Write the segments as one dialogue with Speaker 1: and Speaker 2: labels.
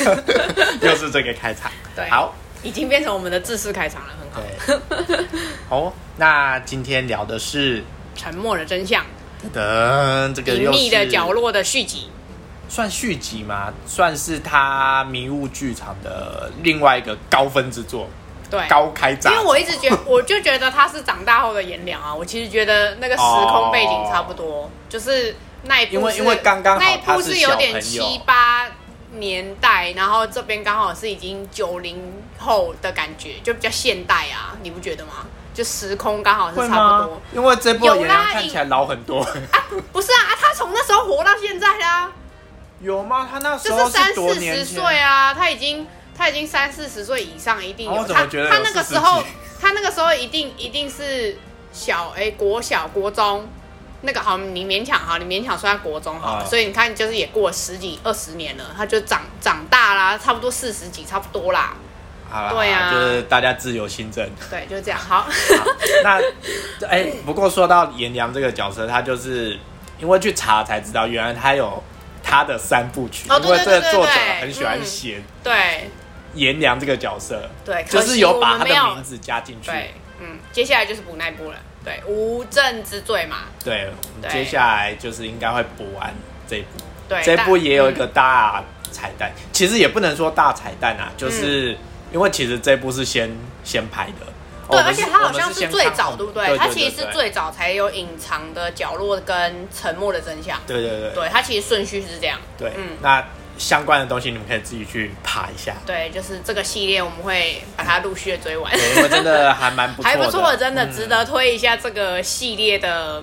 Speaker 1: 又是这个开场。
Speaker 2: 对
Speaker 1: 好，
Speaker 2: 已经变成我们的自式开场了，很好。
Speaker 1: 对， 哦，那今天聊的是，
Speaker 2: 沉默的真相，
Speaker 1: 噔，这个
Speaker 2: 隐
Speaker 1: 又
Speaker 2: 秘
Speaker 1: 是
Speaker 2: 的角落的续集。
Speaker 1: 算续集吗？算是他迷雾剧场的另外一个高分之作，
Speaker 2: 对，
Speaker 1: 高开闸
Speaker 2: 因。为我一直觉我就觉得他是长大后的颜良啊。我其实觉得那个时空背景差不多，就是那一部是
Speaker 1: 哦因为因为刚刚好
Speaker 2: 那一
Speaker 1: 他
Speaker 2: 部
Speaker 1: 是
Speaker 2: 是
Speaker 1: 小
Speaker 2: 有点
Speaker 1: 朋友
Speaker 2: 七八年代，然后这边刚好是已经九零后的感觉，就比较现代啊，你不觉得吗？就时空刚好是
Speaker 1: 会
Speaker 2: 差不
Speaker 1: 吗
Speaker 2: 多。？
Speaker 1: 因为这部的
Speaker 2: 有
Speaker 1: 演
Speaker 2: 啦
Speaker 1: 员看起来老很多，
Speaker 2: 啊，不是啊，啊他从那时候活到现在啊啦、
Speaker 1: 有吗？他那时
Speaker 2: 就是
Speaker 1: 候
Speaker 2: 三
Speaker 1: 多
Speaker 2: 四
Speaker 1: 年
Speaker 2: 十
Speaker 1: 前
Speaker 2: 岁啊，他已经他已经三四十岁以上，一定有、
Speaker 1: 哦我怎么
Speaker 2: 他
Speaker 1: 觉得
Speaker 2: 他
Speaker 1: 有
Speaker 2: 那个
Speaker 1: 40
Speaker 2: 时候
Speaker 1: 几
Speaker 2: 他那个时候一定一定是小哎、国小国中那个好，你勉强好，你勉强算在国中好了，
Speaker 1: 啊
Speaker 2: 所以你看就是也过了十几二十年了，他就长长大啦，差不多四十几差不多啦，
Speaker 1: 好啦
Speaker 2: 对啊
Speaker 1: 就是大家自由新政。
Speaker 2: 对，就这样 好，
Speaker 1: 那哎、不过说到颜良这个角色，他就是因为去查才知道，原来他有他的三部曲，
Speaker 2: 哦对
Speaker 1: 因为这
Speaker 2: 对对
Speaker 1: 个作者
Speaker 2: 对对
Speaker 1: 很喜欢写
Speaker 2: 对
Speaker 1: 颜良这个角色，
Speaker 2: 对，
Speaker 1: 就
Speaker 2: 可
Speaker 1: 是
Speaker 2: 惜
Speaker 1: 有
Speaker 2: 我
Speaker 1: 把
Speaker 2: 们
Speaker 1: 他
Speaker 2: 没有
Speaker 1: 的名字加进去。
Speaker 2: 对，嗯，接下来就是补那一部了，对，无证之罪嘛，
Speaker 1: 对，我们
Speaker 2: 对
Speaker 1: 接下来就是应该会补完这一部，
Speaker 2: 对，
Speaker 1: 这一
Speaker 2: 但
Speaker 1: 部也有
Speaker 2: 嗯
Speaker 1: 一个大彩蛋，其实也不能说大彩蛋
Speaker 2: 嗯
Speaker 1: 啊，就是因为其实这部是先先拍的。
Speaker 2: 对，
Speaker 1: 我们
Speaker 2: 而且
Speaker 1: 是
Speaker 2: 它好
Speaker 1: 我们
Speaker 2: 像
Speaker 1: 是先
Speaker 2: 最
Speaker 1: 看
Speaker 2: 早，
Speaker 1: 后
Speaker 2: 对不
Speaker 1: 对？
Speaker 2: 对？它其实
Speaker 1: 对
Speaker 2: 是最早才有隐藏的角落跟沉默的真相。
Speaker 1: 对对对
Speaker 2: 对，它其实顺序是这样。
Speaker 1: 对，
Speaker 2: 嗯
Speaker 1: 那相关的东西你们可以自己去爬一下，
Speaker 2: 对，就是这个系列，我们会把它陆续的追完，
Speaker 1: 对，因为真的还蛮不错的，
Speaker 2: 还不错，真的
Speaker 1: 嗯
Speaker 2: 值得推一下这个系列的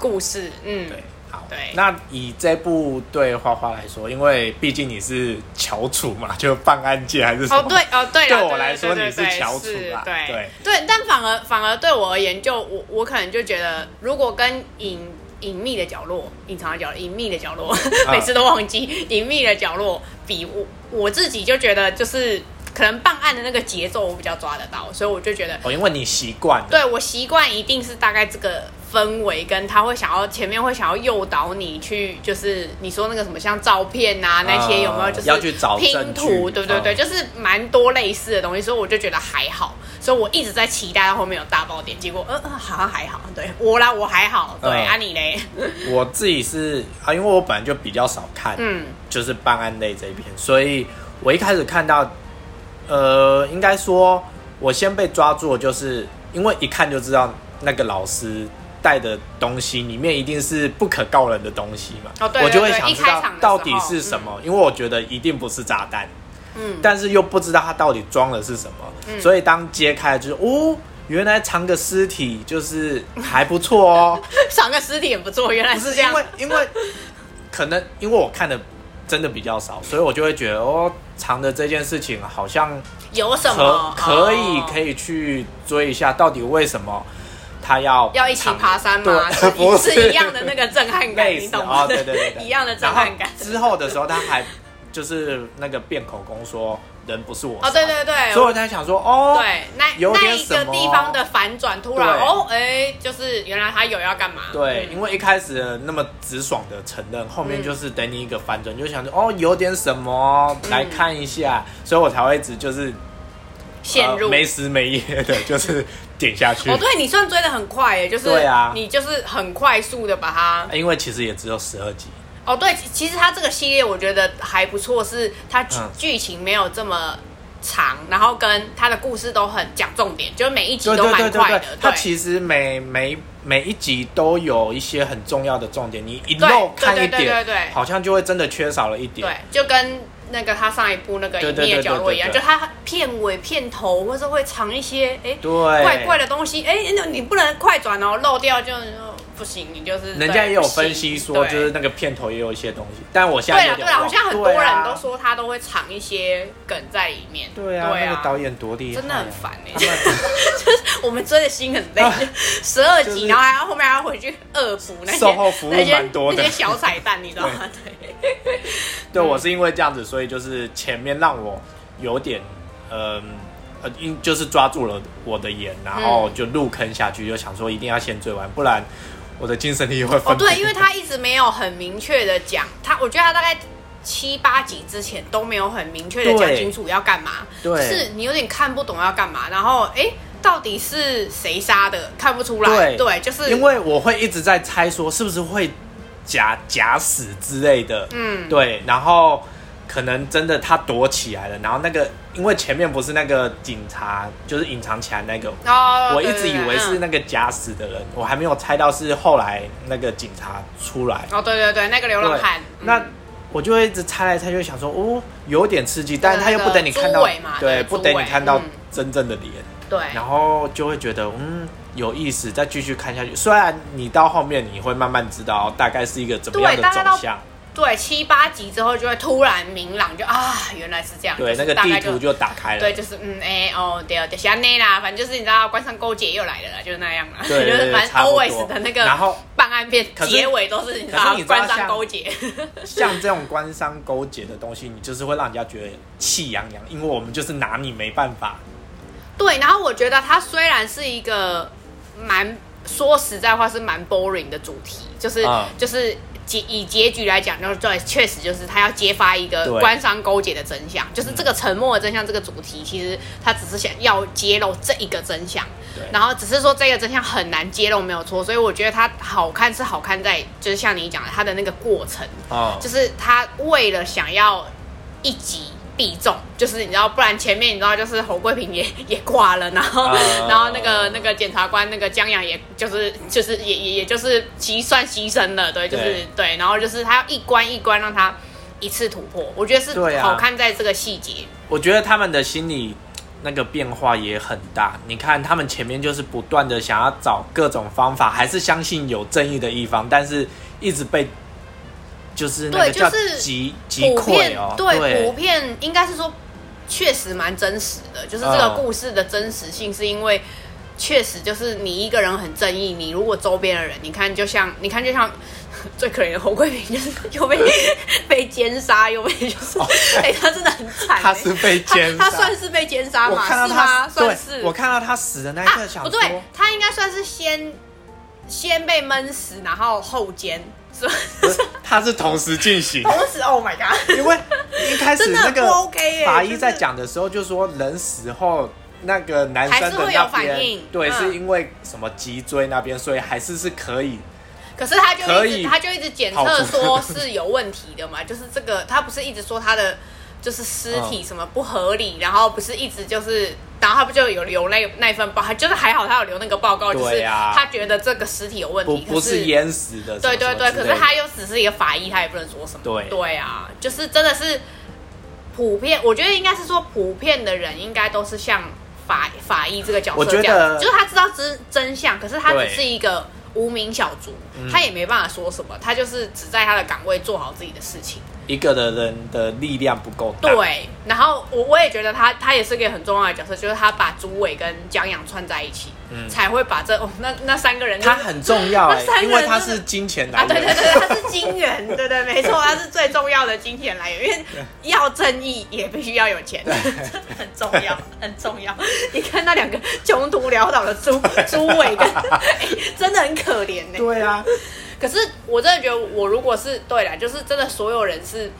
Speaker 2: 故事。嗯，
Speaker 1: 对，好，
Speaker 2: 对
Speaker 1: 那以这部对花花来说，因为毕竟你是翘楚嘛，就办案件还是什么，
Speaker 2: 哦，对，哦，对啦，
Speaker 1: 对我来说
Speaker 2: 对
Speaker 1: 你是
Speaker 2: 对对
Speaker 1: 翘楚
Speaker 2: 是
Speaker 1: 啦
Speaker 2: 对
Speaker 1: 对
Speaker 2: 对，但反而反而对我而言，就我我可能就觉得，如果跟隐隐秘的角落、隐藏的角落、隐秘的角落，
Speaker 1: 嗯
Speaker 2: 每次都忘记隐秘的角落比我我自己就觉得就是可能办案的那个节奏我比较抓得到，所以我就觉得，
Speaker 1: 哦，因为你习惯了，
Speaker 2: 对我习惯一定是大概这个。氛围跟他会想要前面会想要诱导你去，就是你说那个什么像照片啊那些有没有
Speaker 1: 呃
Speaker 2: 就是
Speaker 1: 要去找
Speaker 2: 拼
Speaker 1: 证
Speaker 2: 图，
Speaker 1: 据
Speaker 2: 对对对，
Speaker 1: 嗯
Speaker 2: 就是蛮多类似的东西，所以我就觉得还好，所以我一直在期待到后面有大爆点，结果呃呃好像还好，对我啦我还好，对、
Speaker 1: 嗯
Speaker 2: 啊你嘞，
Speaker 1: 我自己是啊，因为我本来就比较少看，
Speaker 2: 嗯，
Speaker 1: 就是办案类这一边，所以我一开始看到，呃，应该说我先被抓住，的就是因为一看就知道那个老师带的东西里面一定是不可告人的东西嘛，
Speaker 2: 哦对
Speaker 1: 我就
Speaker 2: 对
Speaker 1: 会
Speaker 2: 对
Speaker 1: 想
Speaker 2: 一
Speaker 1: 知
Speaker 2: 开
Speaker 1: 道
Speaker 2: 场的
Speaker 1: 到
Speaker 2: 时
Speaker 1: 底
Speaker 2: 候
Speaker 1: 是什么，因为我觉得一定不是炸弹，
Speaker 2: 嗯，
Speaker 1: 但是又不知道它到底装的是什么，所以当揭开就是哦。原来藏个尸体就是还不错哦，
Speaker 2: 赏个尸体也不错，原来
Speaker 1: 不是
Speaker 2: 这样
Speaker 1: 因，为因为可能因为我看的真的比较少，所以我就会觉得哦，藏的这件事情好像
Speaker 2: 有什
Speaker 1: 可
Speaker 2: 么哦
Speaker 1: 可以可
Speaker 2: 以。
Speaker 1: 以去追一下，到底为什么他要
Speaker 2: 要一起
Speaker 1: 藏
Speaker 2: 爬山吗？
Speaker 1: 对不
Speaker 2: 是一样的那个震撼 感，
Speaker 1: 类
Speaker 2: 你
Speaker 1: 似
Speaker 2: 懂
Speaker 1: 哦
Speaker 2: 吗？，
Speaker 1: 对对对 对，
Speaker 2: 一样的震
Speaker 1: 然后
Speaker 2: 撼感。
Speaker 1: 之后的时候，他还就是那个变口供说人不是我
Speaker 2: 哦，对对
Speaker 1: 杀
Speaker 2: 对，
Speaker 1: 的所以我在想说哦，
Speaker 2: 对，那
Speaker 1: 有
Speaker 2: 那
Speaker 1: 点
Speaker 2: 一
Speaker 1: 什
Speaker 2: 个
Speaker 1: 么
Speaker 2: 地方的反转，突然
Speaker 1: 对
Speaker 2: 哦，哎、就是原来他有要干嘛？
Speaker 1: 对，
Speaker 2: 嗯
Speaker 1: 因为一开始的那么直爽的承认，后面就是等你一个反转，你就想着哦，有点什么
Speaker 2: 嗯
Speaker 1: 来看一下，所以我才会一直就是
Speaker 2: 陷入、
Speaker 1: 呃没时没夜 的，就是点下去
Speaker 2: 哦，。对你算追的很快耶，就是
Speaker 1: 对啊嗯
Speaker 2: 你就是很快速的把它。
Speaker 1: 因为其实也只有十二集，
Speaker 2: 哦，对，其其实它这个系列我觉得还不错，是它剧
Speaker 1: 嗯
Speaker 2: 剧情没有这么长，然后跟它的故事都很讲重点，就是每一集
Speaker 1: 对
Speaker 2: 都
Speaker 1: 对
Speaker 2: 蛮
Speaker 1: 对
Speaker 2: 快
Speaker 1: 对
Speaker 2: 的
Speaker 1: 对。，它
Speaker 2: 对，
Speaker 1: 其实每每每一集都有一些很重要的重点，你一
Speaker 2: 对
Speaker 1: 漏看一
Speaker 2: 对对对
Speaker 1: 点
Speaker 2: 对对，
Speaker 1: 好像就会真的缺少了一点
Speaker 2: 对。，就跟那个他上一部那个
Speaker 1: 对
Speaker 2: 隐
Speaker 1: 对
Speaker 2: 秘的
Speaker 1: 对
Speaker 2: 角落
Speaker 1: 对
Speaker 2: 一样，
Speaker 1: 对
Speaker 2: 就
Speaker 1: 对
Speaker 2: 他片尾、片头或者会藏一些哎
Speaker 1: 对
Speaker 2: 怪怪的东西，哎，那你不能快转哦，漏掉就不行，你就是
Speaker 1: 人家也有
Speaker 2: 对不行
Speaker 1: 分析说，
Speaker 2: 对
Speaker 1: 就是那个片头也有一些东西，但我现在
Speaker 2: 对
Speaker 1: 有
Speaker 2: 了
Speaker 1: 点
Speaker 2: 对了，好
Speaker 1: 忘
Speaker 2: 像很多
Speaker 1: 对啊
Speaker 2: 人都说他都会藏一些梗在里面。
Speaker 1: 对啊，那个导演多厉害啊，
Speaker 2: 真的很烦哎、
Speaker 1: 他们
Speaker 2: 我们追的心很累
Speaker 1: 啊，
Speaker 2: 十二
Speaker 1: 就
Speaker 2: 集，
Speaker 1: 是
Speaker 2: 然后还要后面还要回去恶补那些
Speaker 1: 售后服务
Speaker 2: 那些
Speaker 1: 蛮多的
Speaker 2: 那些小彩蛋，你知道吗？对，嗯
Speaker 1: 对我是因为这样子，所以就是前面让我有点，嗯、呃，因就是抓住了我的眼，然后就入坑下去，就想说一定要先追完，不然我的精神力会
Speaker 2: 哦
Speaker 1: 分不
Speaker 2: 对，因为他一直没有很明确的讲，他我觉得他大概七八集之前都没有很明确的讲清楚要干嘛，
Speaker 1: 对对
Speaker 2: 就是你有点看不懂要干嘛，然后哎，诶到底是谁杀的看不出来，
Speaker 1: 对
Speaker 2: 就是
Speaker 1: 因为我会一直在猜说是不是会假假死之类的，
Speaker 2: 嗯，
Speaker 1: 对，然后可能真的他躲起来了，然后那个因为前面不是那个警察就是隐藏起来那个，
Speaker 2: 哦，
Speaker 1: 我一
Speaker 2: 对
Speaker 1: 直以为是。那个假死的人，我还没有猜到是后来那个警察出来，
Speaker 2: 对对嗯哦，对对对，那个流浪
Speaker 1: 对
Speaker 2: 汉，嗯
Speaker 1: 那。我就会一直猜来猜去，想说哦，有点刺激，但是他又不等你看
Speaker 2: 那
Speaker 1: 到
Speaker 2: 个猪尾嘛，
Speaker 1: 对，
Speaker 2: 对
Speaker 1: 不等
Speaker 2: 猪
Speaker 1: 你
Speaker 2: 尾
Speaker 1: 看到
Speaker 2: 嗯
Speaker 1: 真正的脸，
Speaker 2: 对，
Speaker 1: 然后就会觉得嗯有意思，再继续看下去。虽然你到后面你会慢慢知道大概是一个怎么样的
Speaker 2: 对大
Speaker 1: 走
Speaker 2: 概到
Speaker 1: 向，
Speaker 2: 对，七八集之后就会突然明朗，就啊，原来是这样。
Speaker 1: 对，
Speaker 2: 就
Speaker 1: 那
Speaker 2: 是
Speaker 1: 个
Speaker 2: 大
Speaker 1: 地
Speaker 2: 概
Speaker 1: 图
Speaker 2: 就
Speaker 1: 就打开了。
Speaker 2: 对，就是嗯，哎、哦，对哦，对，下内啦，反正就是你知道，官商勾结又来了啦，就是那样啦，
Speaker 1: 对
Speaker 2: 就
Speaker 1: 对
Speaker 2: 是
Speaker 1: 对，
Speaker 2: 反正
Speaker 1: 差不
Speaker 2: always
Speaker 1: 多
Speaker 2: 的那。
Speaker 1: 然
Speaker 2: 个
Speaker 1: 后
Speaker 2: 办案片
Speaker 1: 可是
Speaker 2: 结尾都是你知
Speaker 1: 可
Speaker 2: 道
Speaker 1: 是你知道
Speaker 2: 官商
Speaker 1: 像
Speaker 2: 勾结，
Speaker 1: 像这种官商勾结的东西，你就是会让人家觉得气洋洋，因为我们就是拿你没办法。
Speaker 2: 对，然后我觉得它虽然是一个蛮说实在话是蛮 boring 的主题，就是、
Speaker 1: 嗯
Speaker 2: 就是结以结局来讲，就是对，确实就是他要揭发一个
Speaker 1: 对嗯
Speaker 2: 官商勾结的真相，就是这个沉默的真相这个主题，其实他只是想要揭露这一个真相
Speaker 1: 对。
Speaker 2: 然后只是说这个真相很难揭露，没有错，所以我觉得它好看是好看在，就是像你讲的，它的那个过程，
Speaker 1: 啊、
Speaker 2: 就是他为了想要一击必中，就是你知道，不然前面你知道，就是侯贵平也也挂了，然后、
Speaker 1: 啊
Speaker 2: 然后那个那个检察官那个江阳也就是就是也也也就是牺算牺牲了，对，就是
Speaker 1: 对
Speaker 2: 对然后就是他要一关一关让他一次突破，我觉得
Speaker 1: 对
Speaker 2: 是
Speaker 1: 啊
Speaker 2: 好看在这个细节，
Speaker 1: 我觉得他们的心理那个变化也很大。你看，他们前面就是不断的想要找各种方法，还是相信有正义的一方，但是一直被就是那个
Speaker 2: 对
Speaker 1: 叫
Speaker 2: 就是
Speaker 1: 击击
Speaker 2: 普遍
Speaker 1: 溃哦，
Speaker 2: 对，普遍应该是说确实蛮真实的，就是这个
Speaker 1: 嗯
Speaker 2: 故事的真实性是因为。确实，就是你一个人很正义，你如果周边的人，你看就像你看就像 最可怜的侯贵平，就是又被 被奸杀，又被 就是，哎、他真的很惨欸、
Speaker 1: 哦他是被奸杀
Speaker 2: 他他算是被奸杀
Speaker 1: 我
Speaker 2: 嘛？
Speaker 1: 看到
Speaker 2: 是
Speaker 1: 他
Speaker 2: 吗？
Speaker 1: 对
Speaker 2: 算是，
Speaker 1: 我看到他死的那一刻，
Speaker 2: 啊
Speaker 1: 想，
Speaker 2: 不
Speaker 1: 说、
Speaker 2: 对，他应该算是先先被闷死，然后后奸，是吧？
Speaker 1: 不是他是同时进行，
Speaker 2: 同时，Oh my god！
Speaker 1: 因为一开始
Speaker 2: 真的
Speaker 1: 那
Speaker 2: 很
Speaker 1: 个
Speaker 2: 不 OK 耶
Speaker 1: 法医在讲的时候就说，人死后那个男生的
Speaker 2: 还是会
Speaker 1: 那
Speaker 2: 有反
Speaker 1: 边
Speaker 2: 应，
Speaker 1: 对，
Speaker 2: 嗯
Speaker 1: 是因为什么脊椎那边，所以还是是可以。
Speaker 2: 可是他就
Speaker 1: 可
Speaker 2: 一
Speaker 1: 以
Speaker 2: 直他就一直检测说是有问题的嘛， 就是这个他不是一直说他的就是尸
Speaker 1: 嗯
Speaker 2: 体什么不合理，然后不是一直就是，然后他不就有留那那份报，就是还好他有留那个报告，就是
Speaker 1: 对啊
Speaker 2: 他觉得这个尸体有问
Speaker 1: 不
Speaker 2: 题，
Speaker 1: 不
Speaker 2: 可
Speaker 1: 是淹死的，
Speaker 2: 对
Speaker 1: 什么
Speaker 2: 对
Speaker 1: 什么
Speaker 2: 对，
Speaker 1: 之
Speaker 2: 可
Speaker 1: 类的
Speaker 2: 是他又只是一个法医，他也不能说什么。
Speaker 1: 对
Speaker 2: 对啊，就是真的是普遍，我觉得应该是说普遍的人应该都是像法法医这个角
Speaker 1: 我
Speaker 2: 色
Speaker 1: 觉得
Speaker 2: 这样子，就是他知道真真相，可是他
Speaker 1: 对
Speaker 2: 只是一个无名小卒，
Speaker 1: 嗯
Speaker 2: 他也没办法说什么，他就是只在他的岗位做好自己的事情。
Speaker 1: 一个的人的力量不够大，
Speaker 2: 对，然后我我也觉得他他也是个很重要的角色，就是他把朱伟跟江阳串在一起，才会把这哦那那三个人就是
Speaker 1: 嗯他很重 要、
Speaker 2: 那
Speaker 1: 哎，
Speaker 2: 三个
Speaker 1: 因为
Speaker 2: 人
Speaker 1: 他
Speaker 2: 真的
Speaker 1: 是金钱来
Speaker 2: 啊，
Speaker 1: 源。
Speaker 2: 对对对，它是 金元，对对，没错，它是最重要的金钱来源，因为要正义也必须要有钱， 很重要，很重要。你看那两个穷途潦倒的 猪猪尾跟、哎真的很可怜呢、
Speaker 1: 对啊，
Speaker 2: 可是我真的觉得，我如果是对啦，就是真的所有人是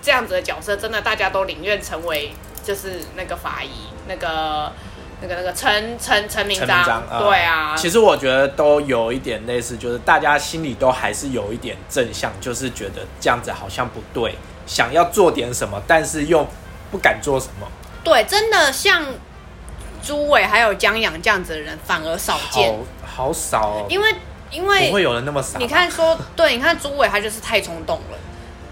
Speaker 2: 这样子的角色，真的大家都宁愿成为就是那个法医，那个那个那个陈陈陈明
Speaker 1: 陈
Speaker 2: 章，
Speaker 1: 明章，呃
Speaker 2: 对啊，
Speaker 1: 其实我觉得都有一点类似，就是大家心里都还是有一点正向，就是觉得这样子好像不对，想要做点什么，但是又不敢做什么。
Speaker 2: 对，真的像朱伟还有江阳这样子的人反而少见
Speaker 1: 好，好少哦，
Speaker 2: 因为因
Speaker 1: 不会
Speaker 2: 为
Speaker 1: 有人那么傻吧。
Speaker 2: 你看说，对，你看朱伟他就是太冲动了。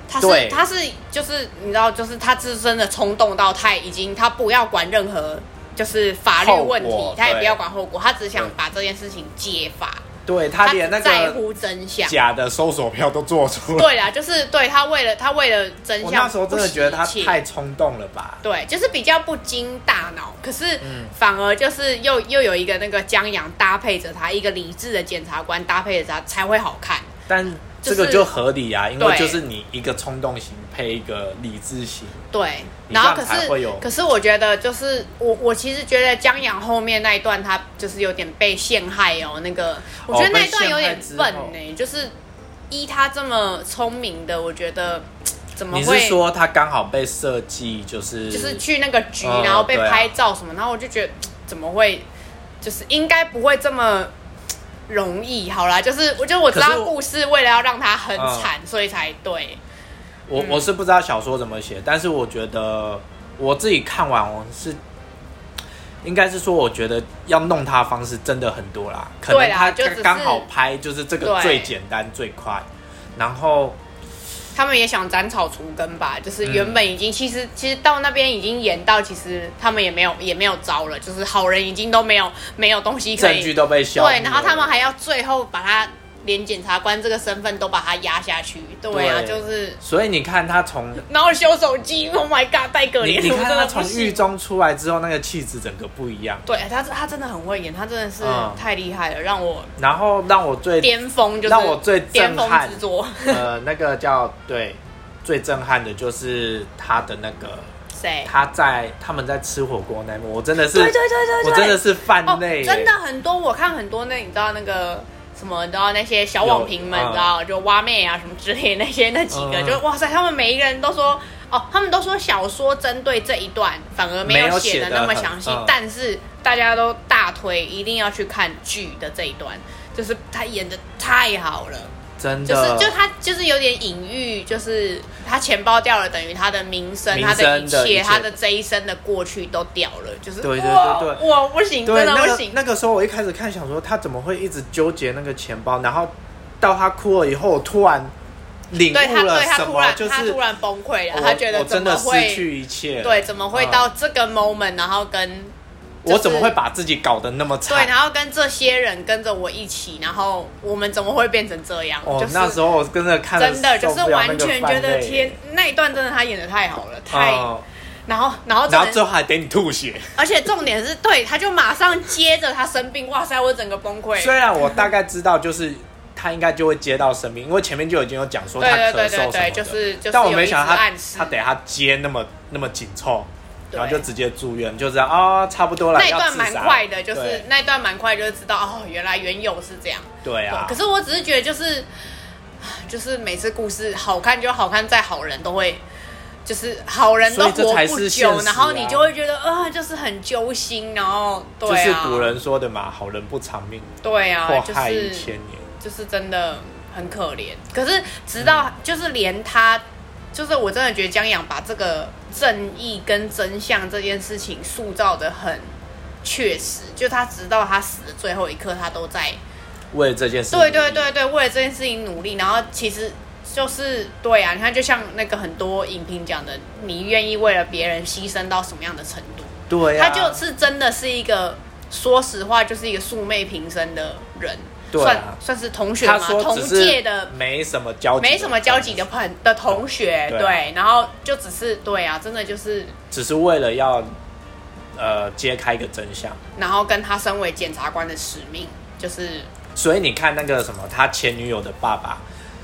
Speaker 2: 他
Speaker 1: 对
Speaker 2: 是他是就是你知道就是他自身的冲动到太已经他不要管任何就是法律
Speaker 1: 后
Speaker 2: 问题
Speaker 1: 果，
Speaker 2: 他也
Speaker 1: 对
Speaker 2: 不要管后果，他只想
Speaker 1: 对
Speaker 2: 把这件事情揭发，
Speaker 1: 对他连那
Speaker 2: 只在
Speaker 1: 个
Speaker 2: 乎真相。
Speaker 1: 假的搜索票都做出来。
Speaker 2: 对啦，就是对他为了他为了真相，
Speaker 1: 我那时候真的觉得他
Speaker 2: 不惜一切
Speaker 1: 太冲动了吧？
Speaker 2: 对，就是比较不经大脑，可是
Speaker 1: 嗯
Speaker 2: 反而就是又又有一个那个江阳搭配着他，一个理智的检察官搭配着他才会好看。
Speaker 1: 但这
Speaker 2: 就
Speaker 1: 个
Speaker 2: 是
Speaker 1: 就合理啊，因为
Speaker 2: 对
Speaker 1: 就是你一个冲动型配一个理智型，
Speaker 2: 对，
Speaker 1: 你
Speaker 2: 然后可
Speaker 1: 这样才会
Speaker 2: 是
Speaker 1: 有
Speaker 2: 可是我觉得就是我我其实觉得江阳后面那一段他就是有点被陷害哦，那个我觉得
Speaker 1: 哦
Speaker 2: 那一段有点
Speaker 1: 被陷
Speaker 2: 笨欸
Speaker 1: 害之后
Speaker 2: 呢、就是依他这么聪明的，我觉得怎么
Speaker 1: 你
Speaker 2: 会
Speaker 1: 是说它刚好被设计就是
Speaker 2: 就是去那个局，
Speaker 1: 嗯
Speaker 2: 然后被
Speaker 1: 对啊
Speaker 2: 拍照什么，然后我就觉得怎么会，就是应该不会这么容易。好啦，就是我觉得我知
Speaker 1: 可
Speaker 2: 道
Speaker 1: 是我
Speaker 2: 故事为了要让它很
Speaker 1: 嗯
Speaker 2: 惨，所以才对。
Speaker 1: 我
Speaker 2: 嗯
Speaker 1: 我是不知道小说怎么写，但是我觉得我自己看完我是，应该是说我觉得要弄它的方式真的很多啦，可能
Speaker 2: 对啦
Speaker 1: 他
Speaker 2: 就只是
Speaker 1: 刚好拍就是这个
Speaker 2: 对
Speaker 1: 最简单最快，然后
Speaker 2: 他们也想斩草除根吧，就是原本
Speaker 1: 嗯
Speaker 2: 已经、其实其实到那边已经演到，其实他们也没有也没有招了，就是好人已经都没有没有东西可
Speaker 1: 证据
Speaker 2: 以
Speaker 1: 都被消灭
Speaker 2: 对
Speaker 1: 了，，
Speaker 2: 然后他们还要最后把他连检察官这个身份都把他压下去，对啊，
Speaker 1: 对
Speaker 2: 就是
Speaker 1: 所以你看他从
Speaker 2: 然后修手机，Oh my god，太可怜
Speaker 1: 你
Speaker 2: 了，
Speaker 1: 你
Speaker 2: 我
Speaker 1: 看
Speaker 2: 真的
Speaker 1: 他
Speaker 2: 不
Speaker 1: 从
Speaker 2: 行
Speaker 1: 狱中出来之后那个气质整个不一样，
Speaker 2: 对他他真的很会演，他真的是
Speaker 1: 嗯
Speaker 2: 太厉害了，让我
Speaker 1: 然后让我最
Speaker 2: 巅峰就是
Speaker 1: 让我最
Speaker 2: 巅
Speaker 1: 震
Speaker 2: 峰
Speaker 1: 撼
Speaker 2: 之作，
Speaker 1: 呃那个叫对最震撼的就是他的那个。
Speaker 2: 谁？
Speaker 1: 他在他们在吃火锅那一幕，我真的是，
Speaker 2: 对对对对对，
Speaker 1: 我真的是犯
Speaker 2: 哦，
Speaker 1: 累耶、
Speaker 2: 真的很多，我看很多那你知道那个什么，你知道那些小网评们，
Speaker 1: 有嗯
Speaker 2: 你知道就蛙妹啊什么之类那些那几个，
Speaker 1: 嗯
Speaker 2: 就哇塞，他们每一个人都说哦，他们都说小说针对这一段反而
Speaker 1: 没
Speaker 2: 有
Speaker 1: 有
Speaker 2: 写
Speaker 1: 写
Speaker 2: 的
Speaker 1: 得
Speaker 2: 那么
Speaker 1: 很
Speaker 2: 详细，
Speaker 1: 嗯
Speaker 2: 但是大家都大推一定要去看剧的这一段，就是他演的太好了。
Speaker 1: 真
Speaker 2: 就
Speaker 1: 的，
Speaker 2: 是就他就是有点隐喻，就是他钱包掉了，等于他的名声、
Speaker 1: 名
Speaker 2: 他
Speaker 1: 声
Speaker 2: 的一
Speaker 1: 的一
Speaker 2: 切、
Speaker 1: 切
Speaker 2: 他的这一生的过去都掉了，就是
Speaker 1: 对对
Speaker 2: 哇
Speaker 1: 对对
Speaker 2: 哇不行，
Speaker 1: 对
Speaker 2: 真的
Speaker 1: 那
Speaker 2: 不
Speaker 1: 个
Speaker 2: 行，
Speaker 1: 那个时候我一开始看想说他怎么会一直纠结那个钱包，然后到他哭了以后，我突然领
Speaker 2: 对他
Speaker 1: 悟了
Speaker 2: 对他
Speaker 1: 什
Speaker 2: 突
Speaker 1: 么，
Speaker 2: 然、
Speaker 1: 就
Speaker 2: 他
Speaker 1: 是
Speaker 2: 突然崩溃了，
Speaker 1: 我
Speaker 2: 他觉
Speaker 1: 我
Speaker 2: 得怎
Speaker 1: 真
Speaker 2: 么
Speaker 1: 的失
Speaker 2: 会
Speaker 1: 去一切，
Speaker 2: 对怎么会
Speaker 1: 嗯
Speaker 2: 到这个 moment，然后跟、就是
Speaker 1: 我怎么会把自己搞得那么
Speaker 2: 对，
Speaker 1: 惨？
Speaker 2: 然后跟这些人跟着我一起，然后我们怎么会变成这样？
Speaker 1: 哦
Speaker 2: 就，是
Speaker 1: 那时候我真的看了
Speaker 2: 真的就是
Speaker 1: 受不了那
Speaker 2: 完
Speaker 1: 个
Speaker 2: 全
Speaker 1: 犯
Speaker 2: 觉得
Speaker 1: 累
Speaker 2: 天，那一段真的他演的太好了，太、
Speaker 1: 嗯
Speaker 2: 然后然后重
Speaker 1: 然后
Speaker 2: 点
Speaker 1: 最后还给你吐血。
Speaker 2: 而且重点是对，他就马上接着他生病，哇塞，我整个崩溃。
Speaker 1: 虽然我大概知道，就是他应该就会接到生病，因为前面就已经有讲说他
Speaker 2: 对对
Speaker 1: 咳
Speaker 2: 对
Speaker 1: 嗽什么的，
Speaker 2: 对对就是就是
Speaker 1: 但我没想
Speaker 2: 有
Speaker 1: 到
Speaker 2: 一直
Speaker 1: 他
Speaker 2: 暗示
Speaker 1: 他等下接那么那么紧凑，
Speaker 2: 对
Speaker 1: 然后就直接住院，就知道哦，差不多了，
Speaker 2: 那一
Speaker 1: 要
Speaker 2: 段
Speaker 1: 自
Speaker 2: 蛮
Speaker 1: 杀
Speaker 2: 快的，就是
Speaker 1: 对
Speaker 2: 那一段蛮快，就是知道哦，原来缘由是这样。
Speaker 1: 对
Speaker 2: 对
Speaker 1: 啊，
Speaker 2: 可是我只是觉得就是，就是每次故事好看就好看，在好人都会。就是好人都
Speaker 1: 所以这
Speaker 2: 活
Speaker 1: 才
Speaker 2: 不
Speaker 1: 是现
Speaker 2: 久，
Speaker 1: 实啊
Speaker 2: 然后你就会觉得，呃，就是很揪心，然后对
Speaker 1: 就是
Speaker 2: 啊，
Speaker 1: 古人说的嘛，好人不长命，
Speaker 2: 对啊，
Speaker 1: 祸
Speaker 2: 就
Speaker 1: 害一
Speaker 2: 是
Speaker 1: 千年。
Speaker 2: 就是真的很可怜。可是直到就是连他，就是我真的觉得江阳把这个正义跟真相这件事情塑造的很确实，就他直到他死的最后一刻，他都在
Speaker 1: 为了这件事，
Speaker 2: 对对，对对，为了这件事情努力。然后其实就是对啊，你看就像那个很多影评讲的，你愿意为了别人牺牲到什么样的程度？
Speaker 1: 对
Speaker 2: 他
Speaker 1: 啊，
Speaker 2: 就是真的是一个，说实话，就是一个素昧平生的人，
Speaker 1: 对啊
Speaker 2: 算算是同学
Speaker 1: 他
Speaker 2: 嘛，
Speaker 1: 说
Speaker 2: 同
Speaker 1: 只
Speaker 2: 届
Speaker 1: 是
Speaker 2: 的
Speaker 1: 没什么交集，
Speaker 2: 没什么交集的，朋的同学，
Speaker 1: 对
Speaker 2: 对
Speaker 1: 啊
Speaker 2: 然后就只是对啊，真的就是，
Speaker 1: 只是为了要呃揭开一个真相。
Speaker 2: 然后跟他身为检察官的使命，就是
Speaker 1: 所以你看那个什么，他前女友的爸爸，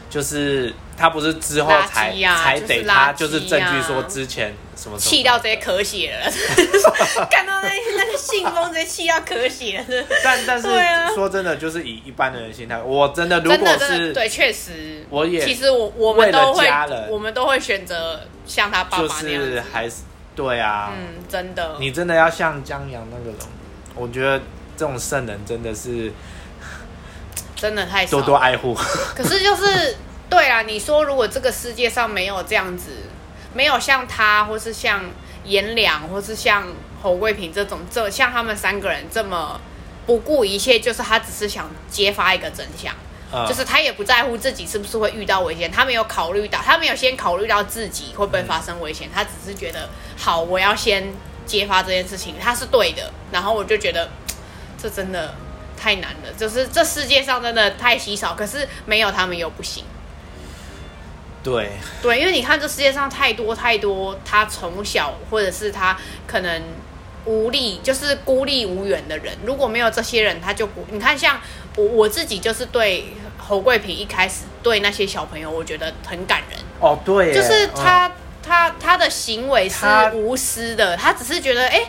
Speaker 1: 就是他不是之后
Speaker 2: 垃圾
Speaker 1: 才、
Speaker 2: 啊
Speaker 1: 才
Speaker 2: 就是
Speaker 1: 得
Speaker 2: 垃圾
Speaker 1: 他
Speaker 2: 啊
Speaker 1: 就是证据说之前什么什么
Speaker 2: 气到直接咳血 了，看到那那个信封直接气到咳血了，真的
Speaker 1: 但但是、
Speaker 2: 对啊
Speaker 1: 说真的，就是以一般人的心态，我真的如
Speaker 2: 真
Speaker 1: 果
Speaker 2: 的真的
Speaker 1: 是
Speaker 2: 对，确实，
Speaker 1: 我也
Speaker 2: 其实我我们
Speaker 1: 为了
Speaker 2: 都会
Speaker 1: 家人
Speaker 2: 我们都会选择像他爸
Speaker 1: 就
Speaker 2: 爸那样子，
Speaker 1: 是还是对啊，
Speaker 2: 嗯，真的，
Speaker 1: 你真的要像江阳那个人，我觉得这种圣人真的是
Speaker 2: 真的太少
Speaker 1: 多
Speaker 2: 了
Speaker 1: 多爱护。
Speaker 2: 可是就是对啊，你说如果这个世界上没有这样子，没有像他，或是像颜良，或是像侯贵平这种，这像他们三个人这么不顾一切，就是他只是想揭发一个真相。
Speaker 1: 嗯
Speaker 2: 就是他也不在乎自己是不是会遇到危险，他没有考虑到，他没有先考虑到自己会不会发生危险，他只是觉得好，我要先揭发这件事情，他是对的。然后我就觉得嗯这真的太难了，就是这世界上真的太稀少，可是没有他们又不行。
Speaker 1: 对，
Speaker 2: 对，因为你看这世界上太多太多，他从小或者是他可能无力，就是孤立无援的人。如果没有这些人，他就不。你看像我我自己，就是对侯贵平一开始对那些小朋友，我觉得很感人，
Speaker 1: 哦对耶，
Speaker 2: 就是
Speaker 1: 嗯
Speaker 2: 他、他他的行为是
Speaker 1: 他
Speaker 2: 无私的，他只是觉得哎。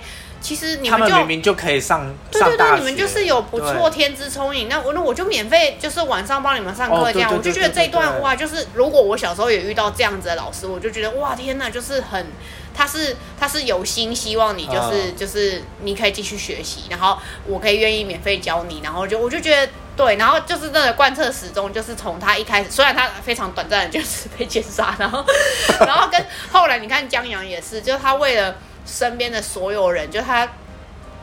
Speaker 2: 其实你
Speaker 1: 他
Speaker 2: 们
Speaker 1: 们
Speaker 2: 就
Speaker 1: 明明就可以上
Speaker 2: 对
Speaker 1: 上
Speaker 2: 对
Speaker 1: 大
Speaker 2: 对，
Speaker 1: 学，
Speaker 2: 你们就是有不错天资聪颖，那我那我就免费就是晚上帮你们上
Speaker 1: 哦
Speaker 2: 课
Speaker 1: 对
Speaker 2: 这样，
Speaker 1: 对
Speaker 2: 我就
Speaker 1: 对
Speaker 2: 觉得
Speaker 1: 对
Speaker 2: 这一
Speaker 1: 对
Speaker 2: 段
Speaker 1: 对
Speaker 2: 哇，就是如果我小时候也遇到这样子的老师，我就觉得哇天哪，就是很他是他是有心希望你
Speaker 1: 嗯
Speaker 2: 就是、就是你可以继续学习，然后我可以愿意免费教你，然后就我就觉得。对，然后就是真的贯彻始终，就是从他一开始，虽然他非常短暂的就是被 奸杀，然后然后跟后来你看江阳也是，就是他为了身边的所有人，就他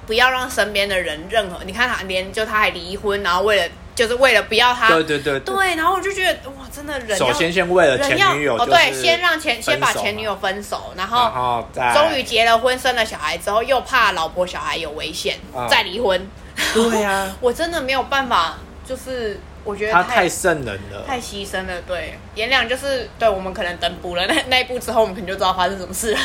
Speaker 2: 不要让身边的人任何，你看他连就他还离婚，然后为了就是为了不要他，
Speaker 1: 对对对对
Speaker 2: 对然后我就觉得哇，真的人
Speaker 1: 首
Speaker 2: 要
Speaker 1: 先先为了
Speaker 2: 人
Speaker 1: 前
Speaker 2: 要
Speaker 1: 女友
Speaker 2: 哦，
Speaker 1: 就是
Speaker 2: 对，先让前先把
Speaker 1: 分手
Speaker 2: 前
Speaker 1: 嘛啊哎
Speaker 2: 女友分手，然
Speaker 1: 然
Speaker 2: 后
Speaker 1: 后再
Speaker 2: 哦终于结了婚生了小孩之后，又怕老婆小孩有危险，
Speaker 1: 啊
Speaker 2: 再离婚，
Speaker 1: 对 呀，
Speaker 2: 我真的没有办法，就是我觉得
Speaker 1: 他太圣人了，
Speaker 2: 太牺牲了，对，颜良就是对我们可能等补了那那一步之后，我们可能就知道发生什么事了，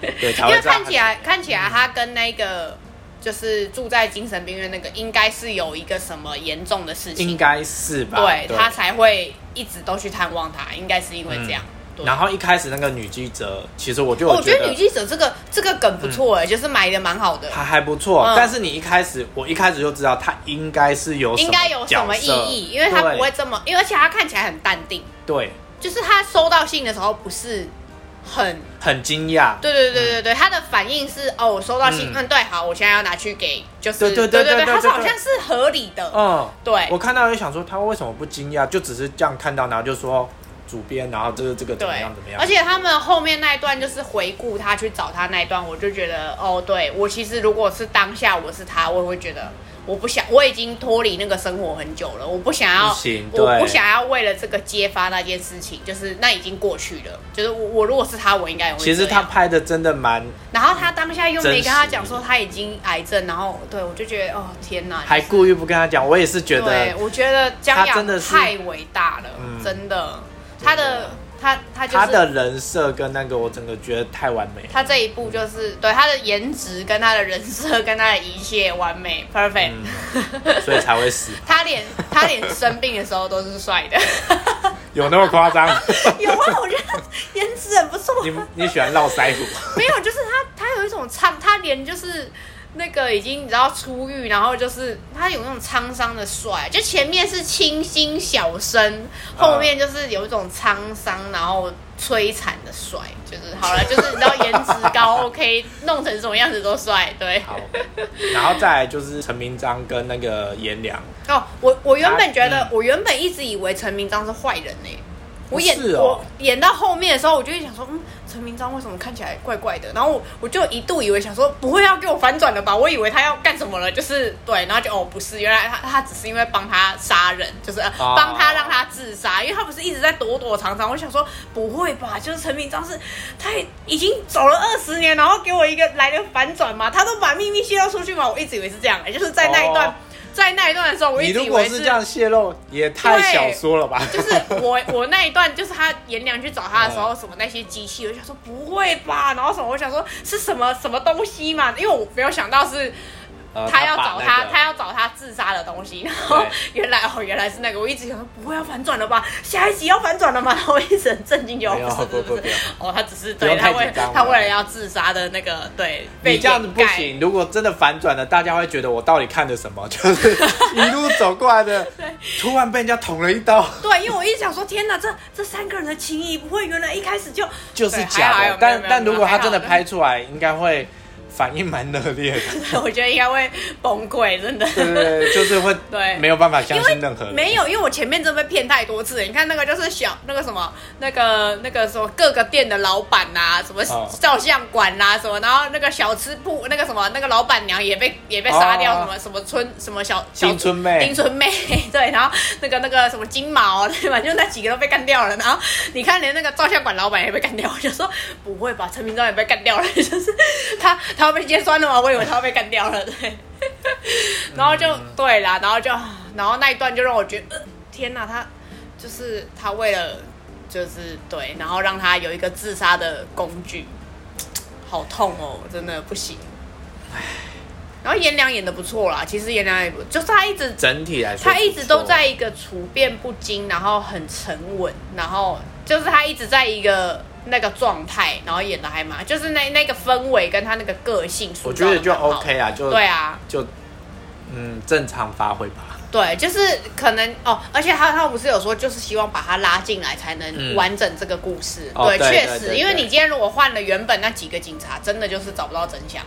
Speaker 2: 对，
Speaker 1: 对，才
Speaker 2: 因
Speaker 1: 会
Speaker 2: 为
Speaker 1: 这样
Speaker 2: 看起来看起来他跟那个就是住在精神病院那个，应该是有一个什么严重的事
Speaker 1: 应
Speaker 2: 情，
Speaker 1: 该是吧，
Speaker 2: 对
Speaker 1: 对嗯
Speaker 2: 他才会一直都去探望他，应该是因为这样。对
Speaker 1: 然后一开始那个女记者，其实我就
Speaker 2: 哦
Speaker 1: 有
Speaker 2: 我觉
Speaker 1: 觉嗯
Speaker 2: 得女记者这个这个梗不错哎、就是埋的蛮好的，
Speaker 1: 还还不错，
Speaker 2: 嗯
Speaker 1: 但是你一开始，我一开始就知道她应该是有
Speaker 2: 应该有什么
Speaker 1: 么
Speaker 2: 意
Speaker 1: 角色
Speaker 2: 义，因为他
Speaker 1: 对
Speaker 2: 不会这么，因为而且他看起来很淡定，
Speaker 1: 对
Speaker 2: 就是他收到信的时候不是很
Speaker 1: 很惊讶，
Speaker 2: 对对对对对，他的反应是哦，我收到信，
Speaker 1: 嗯
Speaker 2: 嗯，对，好，我现在要拿去给，就是
Speaker 1: 对
Speaker 2: 对
Speaker 1: 对对
Speaker 2: 对
Speaker 1: 对对
Speaker 2: 他是
Speaker 1: 对
Speaker 2: 好像是合理的，
Speaker 1: 嗯，
Speaker 2: 对
Speaker 1: 我看到就想说他为什么不惊讶，就只是这样看到，然后就说主编，然后这个这个怎么
Speaker 2: 对
Speaker 1: 样怎么，样
Speaker 2: 而，且他们后面那一段就是回顾他去找他那一段，我就觉得哦，对我其实如果是当下我是他，我也会觉得。我不想，我已经脱离那个生活很久了，我不想要
Speaker 1: 不行，
Speaker 2: 我
Speaker 1: 对
Speaker 2: 不想要为了这个揭发那件事情，就是那已经过去了。就是我，我如果是他，我应该也会。
Speaker 1: 其实他，拍的真的蛮，
Speaker 2: 然后他当下又没跟他
Speaker 1: 真实
Speaker 2: 讲说他已经癌症，然后对我就觉得哦天哪，
Speaker 1: 还故意不跟他讲，我也是觉
Speaker 2: 对，
Speaker 1: 得
Speaker 2: 我觉得江
Speaker 1: 他
Speaker 2: 阳
Speaker 1: 真的是
Speaker 2: 太伟大了，
Speaker 1: 嗯
Speaker 2: 真的，他的他他就是
Speaker 1: 他的人设跟那个我整个觉得太完美了，
Speaker 2: 他这一步就是对他的颜值跟他的人设跟他的一切完美 perfect，、
Speaker 1: 嗯，所以才 会死，
Speaker 2: 他连他连生病的时候都是帅的，
Speaker 1: 有那么夸张？
Speaker 2: 有啊，我觉得他颜值很不错，
Speaker 1: 你你喜欢络腮胡？
Speaker 2: 没有，就是他他有一种沧，他连就是。那个已经你知道出狱，然后就是他有那种沧桑的帅，就前面是清新小生，后面就是有一种沧桑，然后摧残的帅，就是好了，就是你知道颜值高，OK，弄成什么样子都帅，对。
Speaker 1: 好，然后再来就是陈明章跟那个颜良，
Speaker 2: 哦，我我原本觉得，
Speaker 1: 嗯
Speaker 2: 我原本一直以为陈明章是坏人呢、我
Speaker 1: 不
Speaker 2: 演、
Speaker 1: 是哦
Speaker 2: 我演到后面的时候，我就会想说，嗯，陈明章为什么看起来怪怪的？然后我我就一度以为想说，不会要给我反转了吧？我以为他要干什么了，就是对，然后就哦不是，原来他他只是因为帮他杀人，就是呃
Speaker 1: 哦
Speaker 2: 帮、他让他自杀，因为他不是一直在躲躲藏藏。我想说，不会吧？就是陈明章是他已经走了二十年，然后给我一个来的反转嘛，他都把秘密泄露出去嘛，我一直以为是这样、哎就是在那一段。
Speaker 1: 哦
Speaker 2: 在那一段的时候，我
Speaker 1: 你
Speaker 2: 一直
Speaker 1: 如
Speaker 2: 以
Speaker 1: 果
Speaker 2: 为
Speaker 1: 是这样泄露，也太
Speaker 2: 对
Speaker 1: 小说了吧？
Speaker 2: 就是我我那一段，就是他颜良去找他的时
Speaker 1: 嗯
Speaker 2: 候，什么那些机器，我就想说不会吧，然后什么我想说是什么什么东西嘛，因为我没有想到是
Speaker 1: 呃
Speaker 2: 他要找
Speaker 1: 把
Speaker 2: 他，
Speaker 1: 那个
Speaker 2: 他要找他自杀的东西，然后
Speaker 1: 对
Speaker 2: 原来哦原来是那个，我一直想说不会要反转了吧，下一集要反转了吗？然后我一直很震惊，就
Speaker 1: 没有
Speaker 2: 不是不是
Speaker 1: 不不
Speaker 2: 是
Speaker 1: 不要，
Speaker 2: 哦他只是
Speaker 1: 不
Speaker 2: 对
Speaker 1: 用
Speaker 2: 他
Speaker 1: 太
Speaker 2: 为
Speaker 1: 紧张
Speaker 2: 他
Speaker 1: 不
Speaker 2: 为
Speaker 1: 要
Speaker 2: 了要自杀的那个对被
Speaker 1: 你这样子不
Speaker 2: 掩盖
Speaker 1: 行，如果真的反转了，大家会觉得我到底看的什么？就是 一路走过来的，突然被人家捅了一刀，
Speaker 2: 对，因为我一直想说，天哪，这这三个人的情谊不会原来一开始就
Speaker 1: 就是
Speaker 2: 对还好还
Speaker 1: 假
Speaker 2: 好
Speaker 1: 的。
Speaker 2: 没有
Speaker 1: 但
Speaker 2: 没有
Speaker 1: 但
Speaker 2: 没有
Speaker 1: 如果
Speaker 2: 还
Speaker 1: 他
Speaker 2: 好
Speaker 1: 真的
Speaker 2: 对
Speaker 1: 拍出来，应该会反应蛮热烈的。
Speaker 2: 我觉得应该会崩溃，真的。
Speaker 1: 对对对，就是会
Speaker 2: 对
Speaker 1: 没有办法相
Speaker 2: 因为
Speaker 1: 信任何人。
Speaker 2: 没有，因为我前面真的被骗太多次了。你看那个就是小那个什么那个那个什么各个店的老板呐、什么
Speaker 1: 哦
Speaker 2: 照相馆呐、什么，然后那个小吃铺那个什么那个老板娘也被也被杀掉，
Speaker 1: 哦
Speaker 2: 什么什么村什么小小
Speaker 1: 丁春妹
Speaker 2: 丁春妹 对，然后那个那个什么金毛 对吧，就那几个都被干掉了。然后你看连那个照相馆老板也被干掉，我就说不会吧，陈明章也被干掉了，就是他他要被揭穿了吗？我以为他要被干掉了，对。然后就、对啦，然后就然后那一段就让我觉得，呃、天哪，他就是他为了就是对，然后让他有一个自杀的工具，好痛哦，真的不行。然后颜良演的不错啦，其实颜良也不，就是他一直
Speaker 1: 整体来说，
Speaker 2: 他一直都在。一个处变不惊，然后很沉稳，然后就是他一直在一个那个状态，然后演的还蛮，就是那那个氛围跟他那个个性塑
Speaker 1: 我
Speaker 2: 造
Speaker 1: 觉
Speaker 2: 得
Speaker 1: 得就
Speaker 2: 蛮好的
Speaker 1: OK 啊，就
Speaker 2: 对啊，
Speaker 1: 就嗯正常发挥吧。
Speaker 2: 对，就是可能哦，而且他他不是有说，就是希望把他拉进来才能
Speaker 1: 嗯
Speaker 2: 完整这个故事。
Speaker 1: 哦对
Speaker 2: 确
Speaker 1: 对
Speaker 2: 实，
Speaker 1: 对
Speaker 2: 因为
Speaker 1: 对
Speaker 2: 你今天如果换了原本那几个警察，真的就是找不到真相，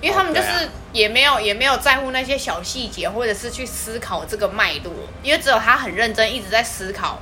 Speaker 2: 因为他们
Speaker 1: 哦
Speaker 2: 就
Speaker 1: 对
Speaker 2: 是
Speaker 1: 啊
Speaker 2: 也没有、也没有在乎那些小细节，或者是去思考这个脉络，因为只有他很认真一直在思考。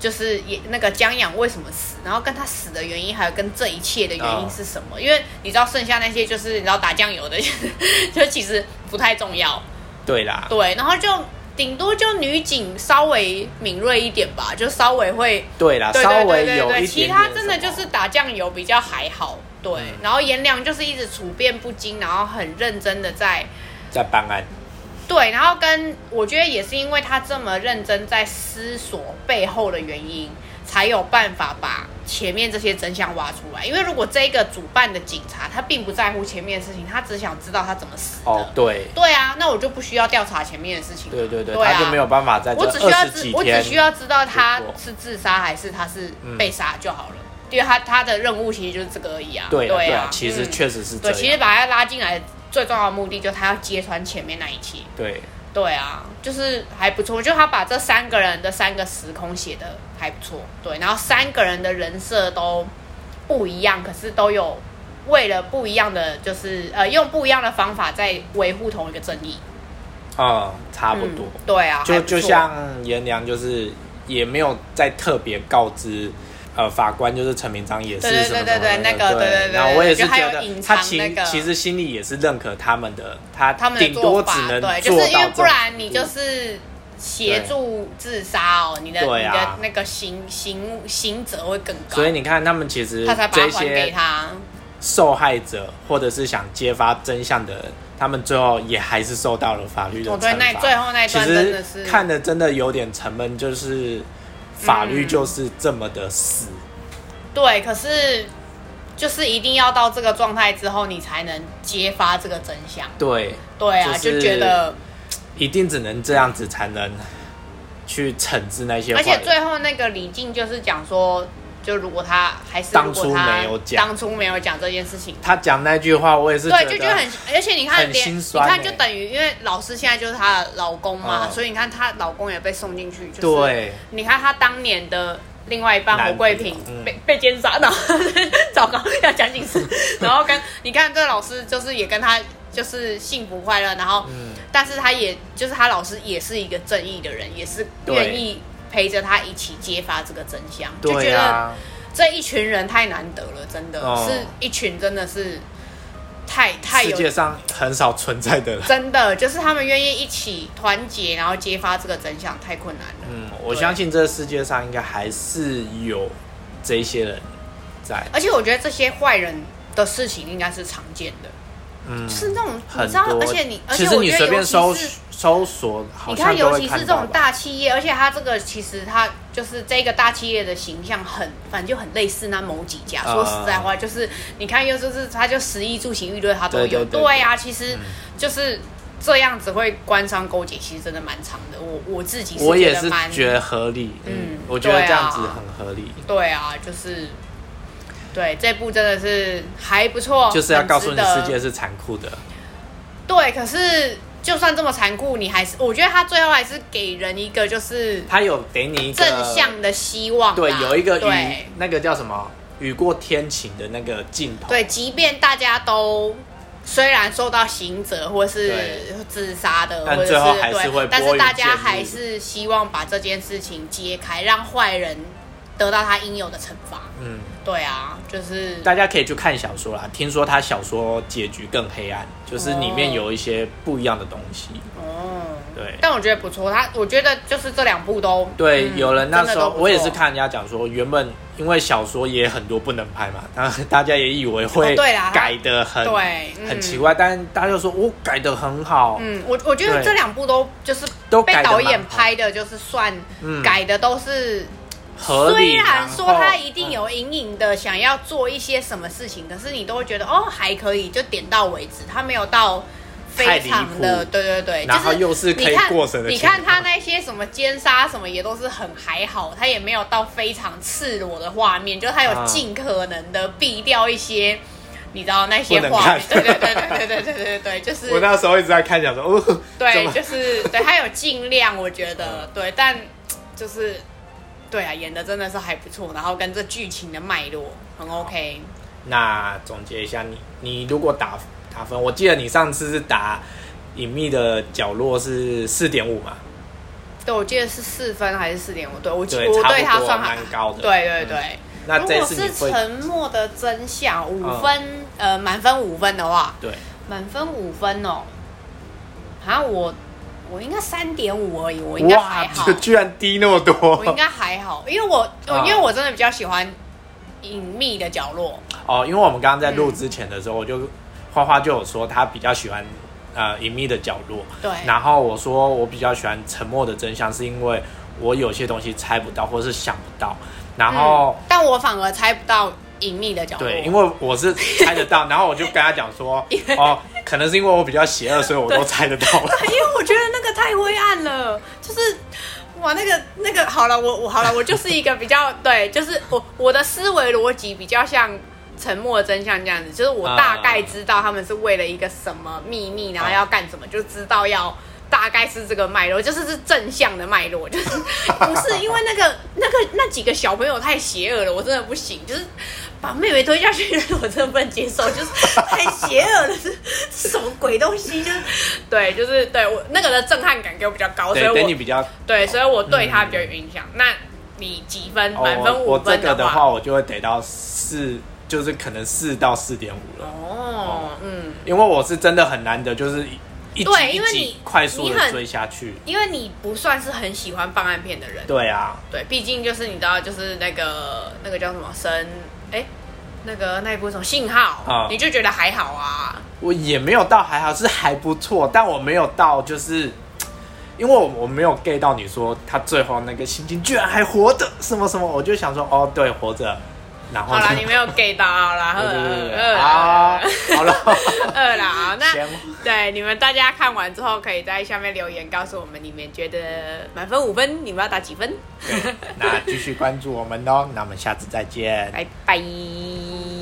Speaker 2: 就是也那个江阳为什么死，然后跟他死的原因，还有跟这一切的原因
Speaker 1: 哦
Speaker 2: 是什么？因为你知道剩下那些就是你知道打酱油的， 就其实不太重要。
Speaker 1: 对啦，
Speaker 2: 对，然后就顶多就女警稍微敏锐一点吧，就稍微会，
Speaker 1: 对啦，
Speaker 2: 对
Speaker 1: 啊稍
Speaker 2: 对对
Speaker 1: 微
Speaker 2: 对
Speaker 1: 有一点
Speaker 2: 对，
Speaker 1: 点
Speaker 2: 其他真的
Speaker 1: 什
Speaker 2: 就
Speaker 1: 么嗯
Speaker 2: 是打酱油比较还好。对，然后颜良就是一直处变不惊，然后很认真的在
Speaker 1: 在办案，
Speaker 2: 对，然后跟我觉得也是因为他这么认真在思索背后的原因，才有办法把前面这些真相挖出来。因为如果这个主办的警察他并不在乎前面的事情，他只想知道他怎么死的。
Speaker 1: 哦，对
Speaker 2: 对啊，那我就不需要调查前面的事情啊。
Speaker 1: 对对对，
Speaker 2: 对啊
Speaker 1: 他就没有办法在这
Speaker 2: 我只需要
Speaker 1: 二十
Speaker 2: 知
Speaker 1: 几，
Speaker 2: 我只
Speaker 1: 天，
Speaker 2: 需要知道他
Speaker 1: 度过
Speaker 2: 是自杀还是他是
Speaker 1: 嗯
Speaker 2: 被杀就好了，因为他他的任务其实就是这个而已啊。
Speaker 1: 对啊对
Speaker 2: 啊
Speaker 1: 啊，，其实
Speaker 2: 嗯
Speaker 1: 确实是这
Speaker 2: 对，其实
Speaker 1: 样，
Speaker 2: 把他拉进来最重要的目的就是他要揭穿前面那一切。
Speaker 1: 对
Speaker 2: 对啊，就是还不错，就他把这三个人的三个时空写的还不错，对，然后三个人的人设都不一样，可是都有为了不一样的，就是呃用不一样的方法在维护同一个正义，
Speaker 1: 嗯，差不
Speaker 2: 嗯
Speaker 1: 多。
Speaker 2: 对啊，还
Speaker 1: 就
Speaker 2: 不
Speaker 1: 就
Speaker 2: 错
Speaker 1: 像颜良，就是也没有再特别告知。呃，法官就是陈明章也是
Speaker 2: 对对
Speaker 1: 什么什么
Speaker 2: 对对
Speaker 1: 的
Speaker 2: 那个对对对
Speaker 1: 然后我也
Speaker 2: 就是还有
Speaker 1: 觉得
Speaker 2: 隐藏
Speaker 1: 他其
Speaker 2: 那个
Speaker 1: 其实心里也是认可他们的，他
Speaker 2: 他们的
Speaker 1: 顶多
Speaker 2: 做
Speaker 1: 只
Speaker 2: 法，
Speaker 1: 能
Speaker 2: 对，
Speaker 1: 做
Speaker 2: 就
Speaker 1: 到
Speaker 2: 是因为
Speaker 1: 这
Speaker 2: 不
Speaker 1: 种嗯
Speaker 2: 然你
Speaker 1: 地步
Speaker 2: 就是协助自杀哦，你的、
Speaker 1: 对
Speaker 2: 你的
Speaker 1: 啊
Speaker 2: 那个刑刑刑责会更高，
Speaker 1: 所以你看他们其实
Speaker 2: 他才把它
Speaker 1: 这
Speaker 2: 还给
Speaker 1: 些
Speaker 2: 他。
Speaker 1: 受害者或者是想揭发真相的人，他们最后也还是受到了法律的
Speaker 2: 哦，
Speaker 1: 惩
Speaker 2: 对，那
Speaker 1: 罚。
Speaker 2: 最后那一
Speaker 1: 其
Speaker 2: 段真的是
Speaker 1: 实看的真的有点沉闷，就是法律
Speaker 2: 嗯
Speaker 1: 就是这么的死。
Speaker 2: 对，可是就是一定要到这个状态之后，你才能揭发这个真相。
Speaker 1: 对，
Speaker 2: 对啊，
Speaker 1: 就
Speaker 2: 就
Speaker 1: 是
Speaker 2: 觉得，
Speaker 1: 一定只能这样子才能去惩治那些坏
Speaker 2: 而且
Speaker 1: 人。
Speaker 2: 最后那个李静就是讲说，就如果他还是
Speaker 1: 当初
Speaker 2: 如果他
Speaker 1: 没有讲
Speaker 2: 当初没有讲这件事情，
Speaker 1: 他讲那句话，我也是
Speaker 2: 对，
Speaker 1: 觉
Speaker 2: 就觉
Speaker 1: 得
Speaker 2: 得很，而且你看
Speaker 1: 很
Speaker 2: 连，
Speaker 1: 心
Speaker 2: 你
Speaker 1: 酸
Speaker 2: 看
Speaker 1: 欸
Speaker 2: 就等于，因为老师现在就是她的老公嘛，
Speaker 1: 嗯
Speaker 2: 所以你看她老公也被送进去，就是
Speaker 1: 对，
Speaker 2: 你看她当年的另外一半
Speaker 1: 男
Speaker 2: 侯
Speaker 1: 朋友
Speaker 2: 贵平
Speaker 1: 嗯
Speaker 2: 被、被奸杀，然后 糟糕要讲警事，然后跟你看这老师就是也跟她就是幸福快乐，然后、
Speaker 1: 嗯
Speaker 2: 但是她也就是她老师也是一个正义的人，也是
Speaker 1: 对
Speaker 2: 愿意陪着她一起揭发这个真相，就觉
Speaker 1: 对
Speaker 2: 得。
Speaker 1: 啊，
Speaker 2: 这一群人太难得了，真的、
Speaker 1: 哦
Speaker 2: 是一群真的是太太
Speaker 1: 世界
Speaker 2: 有
Speaker 1: 上很少存在的人。
Speaker 2: 真的就是他们愿意一起团结，然后揭发这个真相，太困难了。
Speaker 1: 嗯，我
Speaker 2: 对
Speaker 1: 相信这世界上应该还是有这些人在。
Speaker 2: 而且我觉得这些坏人的事情应该是常见的，
Speaker 1: 嗯，
Speaker 2: 是那种你
Speaker 1: 很
Speaker 2: 知道，
Speaker 1: 多。
Speaker 2: 而且你而
Speaker 1: 其
Speaker 2: 且
Speaker 1: 实
Speaker 2: 我
Speaker 1: 你
Speaker 2: 觉得
Speaker 1: 随
Speaker 2: 尤
Speaker 1: 便
Speaker 2: 其
Speaker 1: 搜
Speaker 2: 是。
Speaker 1: 搜索，好
Speaker 2: 你看，
Speaker 1: 像都
Speaker 2: 尤
Speaker 1: 会
Speaker 2: 其是
Speaker 1: 看
Speaker 2: 这
Speaker 1: 到
Speaker 2: 种
Speaker 1: 吧。
Speaker 2: 大企业，而且它这个其实它就是这个大企业的形象很，反正就很类似那某几家。
Speaker 1: 啊
Speaker 2: 说实在话，就是你看，又就是它就食衣住行娱乐它都有。
Speaker 1: 对对对
Speaker 2: 呀、其实就是这样子会官商勾结，其实真的蛮长的。我我自己
Speaker 1: 我也
Speaker 2: 是
Speaker 1: 是
Speaker 2: 蛮
Speaker 1: 觉得合理，
Speaker 2: 嗯
Speaker 1: 嗯，我觉得
Speaker 2: 对啊
Speaker 1: 这样子很合理，
Speaker 2: 对啊，就是对这部真的是还不错，
Speaker 1: 就是要告诉
Speaker 2: 哦很
Speaker 1: 你
Speaker 2: 值得
Speaker 1: 世界是残酷的，
Speaker 2: 对，可是就算这么残酷，你还是我觉得他最后还是给人一个就是
Speaker 1: 它有给你一个
Speaker 2: 正向的希望啦。
Speaker 1: 对，有一个雨
Speaker 2: 对
Speaker 1: 那个叫什么雨过天晴的那个镜头，
Speaker 2: 对，即便大家都虽然受到刑责或是
Speaker 1: 对
Speaker 2: 自杀的，
Speaker 1: 但
Speaker 2: 或者
Speaker 1: 最后
Speaker 2: 是
Speaker 1: 还是
Speaker 2: 对
Speaker 1: 会
Speaker 2: 但
Speaker 1: 拨
Speaker 2: 是
Speaker 1: 云
Speaker 2: 大家
Speaker 1: 见日
Speaker 2: 还是希望把这件事情揭开，让坏人得到他应有的惩罚。
Speaker 1: 嗯，
Speaker 2: 对啊，就是
Speaker 1: 大家可以去看小说啦，听说他小说结局更黑暗，就是里面
Speaker 2: 哦
Speaker 1: 有一些不一样的东西，
Speaker 2: 哦。
Speaker 1: 对。
Speaker 2: 但我觉得不错，他我觉得就是这两部都
Speaker 1: 对，
Speaker 2: 嗯
Speaker 1: 有人那
Speaker 2: 真的
Speaker 1: 时
Speaker 2: 都
Speaker 1: 候
Speaker 2: 不错
Speaker 1: 我也是看人家讲说，原本因为小说也很多不能拍嘛， 然后大家也以为
Speaker 2: 哦
Speaker 1: 会
Speaker 2: 对啦
Speaker 1: 改的很、
Speaker 2: 对
Speaker 1: 很奇
Speaker 2: 怪。
Speaker 1: 怪，但大家就说我改的很好，
Speaker 2: 嗯，我我觉得
Speaker 1: 对
Speaker 2: 这两部都就是
Speaker 1: 都
Speaker 2: 被
Speaker 1: 改得
Speaker 2: 导
Speaker 1: 蛮
Speaker 2: 演
Speaker 1: 好
Speaker 2: 拍的，就是算
Speaker 1: 嗯
Speaker 2: 改的都是
Speaker 1: 合
Speaker 2: 虽
Speaker 1: 理。啊哦嗯
Speaker 2: 然说
Speaker 1: 后
Speaker 2: 他一定有隐隐的想要做一些什么事情，可是你都会觉得哦还可以，就点到为止，他没有到非
Speaker 1: 太离
Speaker 2: 常
Speaker 1: 谱
Speaker 2: 的，对对对，
Speaker 1: 然后又是
Speaker 2: 就
Speaker 1: 可以
Speaker 2: 你看
Speaker 1: 过审的
Speaker 2: 你
Speaker 1: 情
Speaker 2: 看他
Speaker 1: 况
Speaker 2: 那些什么奸杀什么也都是很还好，他也没有到非常赤裸的画面，就是他有
Speaker 1: 啊
Speaker 2: 尽可能的避掉一些。你知道那些
Speaker 1: 不能
Speaker 2: 画
Speaker 1: 看
Speaker 2: 面，对对对对对对对对对，就是
Speaker 1: 我那时候一直在看，想说，哦，怎
Speaker 2: 对，
Speaker 1: 么嗯
Speaker 2: 就是对他 有尽量，我觉得对，但就是对啊，演的真的是还不错，然后跟这剧情的脉络很 OK。
Speaker 1: 那总结一下，你你如果打打分，我记得你上次是打隐秘的角落是四点五嘛？
Speaker 2: 对，我记得是四分还是四点五？对我记
Speaker 1: 对
Speaker 2: 我
Speaker 1: 差不
Speaker 2: 对他
Speaker 1: 多
Speaker 2: 算还
Speaker 1: 蛮高的嗯
Speaker 2: 对对对。
Speaker 1: 那
Speaker 2: 如
Speaker 1: 这
Speaker 2: 果
Speaker 1: 次你
Speaker 2: 是
Speaker 1: 会
Speaker 2: 沉默的真相五
Speaker 1: 嗯
Speaker 2: 分，呃，满分五分的话，
Speaker 1: 对
Speaker 2: 满分五分哦，好像我我应该三点五而已，我应该
Speaker 1: 哇
Speaker 2: 还，好
Speaker 1: 这，居然低那么
Speaker 2: 我应
Speaker 1: 多
Speaker 2: 该还好，因为我我
Speaker 1: 啊
Speaker 2: 因为我真的比较喜欢隐秘的角落，
Speaker 1: 哦！因为我们刚刚在录之前的
Speaker 2: 嗯
Speaker 1: 时候，我就花花就有说她比较喜欢呃隐秘的角落，
Speaker 2: 对，
Speaker 1: 然后我说我比较喜欢沉默的真相，是因为我有些东西猜不到或是想不到，然后。
Speaker 2: 嗯但我反而猜不到隐秘的角落，
Speaker 1: 对，因为我是猜得到，然后我就跟他讲 说，哦，可能是因为我比较邪恶，所以我都猜得到。
Speaker 2: 因为我觉得那个太灰暗了，就是哇，那个那个好了，我我好了，我就是一个比较对，就是我我的思维逻辑比较像《沉默的真相》这样子，就是我大概知道他们是为了一个什么秘密，然后要干什么，就知道要。大概是这个脉络，就是是正向的脉络，就是不是因为那个那个那几个小朋友太邪恶了，我真的不行，就是把妹妹推下去，我真的不能接 受，就是太邪恶 了，这这什么鬼东西？就是 对，就是对我那个的震撼感给我比较哦高，所以
Speaker 1: 对，等你
Speaker 2: 我
Speaker 1: 比较哦
Speaker 2: 对，所以我对他比较有影响。那你几分？
Speaker 1: 哦
Speaker 2: 满分
Speaker 1: 我
Speaker 2: 五
Speaker 1: 我这
Speaker 2: 分
Speaker 1: 个
Speaker 2: 话，
Speaker 1: 话，我就会得到四，就是可能四到四点五了，
Speaker 2: 哦，嗯，
Speaker 1: 因为我是真的很难得，就是一一集
Speaker 2: 对因
Speaker 1: 一
Speaker 2: 为
Speaker 1: 集
Speaker 2: 你
Speaker 1: 快速
Speaker 2: 你
Speaker 1: 的
Speaker 2: 很
Speaker 1: 追下去。
Speaker 2: 因为你不算是很喜欢办案片的人，
Speaker 1: 对啊，
Speaker 2: 对，毕竟就是你知道，就是那个那个叫什么神，哎，那个那一部什么信号，
Speaker 1: 啊
Speaker 2: 你就觉得还好啊，
Speaker 1: 我也没有到还好，是还不错，但我没有到就是。因为我我没有 get 到你说他最后那个心情居然还活着什么什么，我就想说哦对活着，然后
Speaker 2: 好啦，
Speaker 1: 就
Speaker 2: 你没有 get 到，好啦，
Speaker 1: 哦 对对对对，
Speaker 2: 饿啦
Speaker 1: 啊，好了，
Speaker 2: 饿啦，好那
Speaker 1: 嫌
Speaker 2: 对你们大家看完之后，可以在下面留言告诉我们，你们觉得满分五分，你们要打几分？
Speaker 1: 那继续关注我们哦，那我们下次再见，
Speaker 2: 拜拜。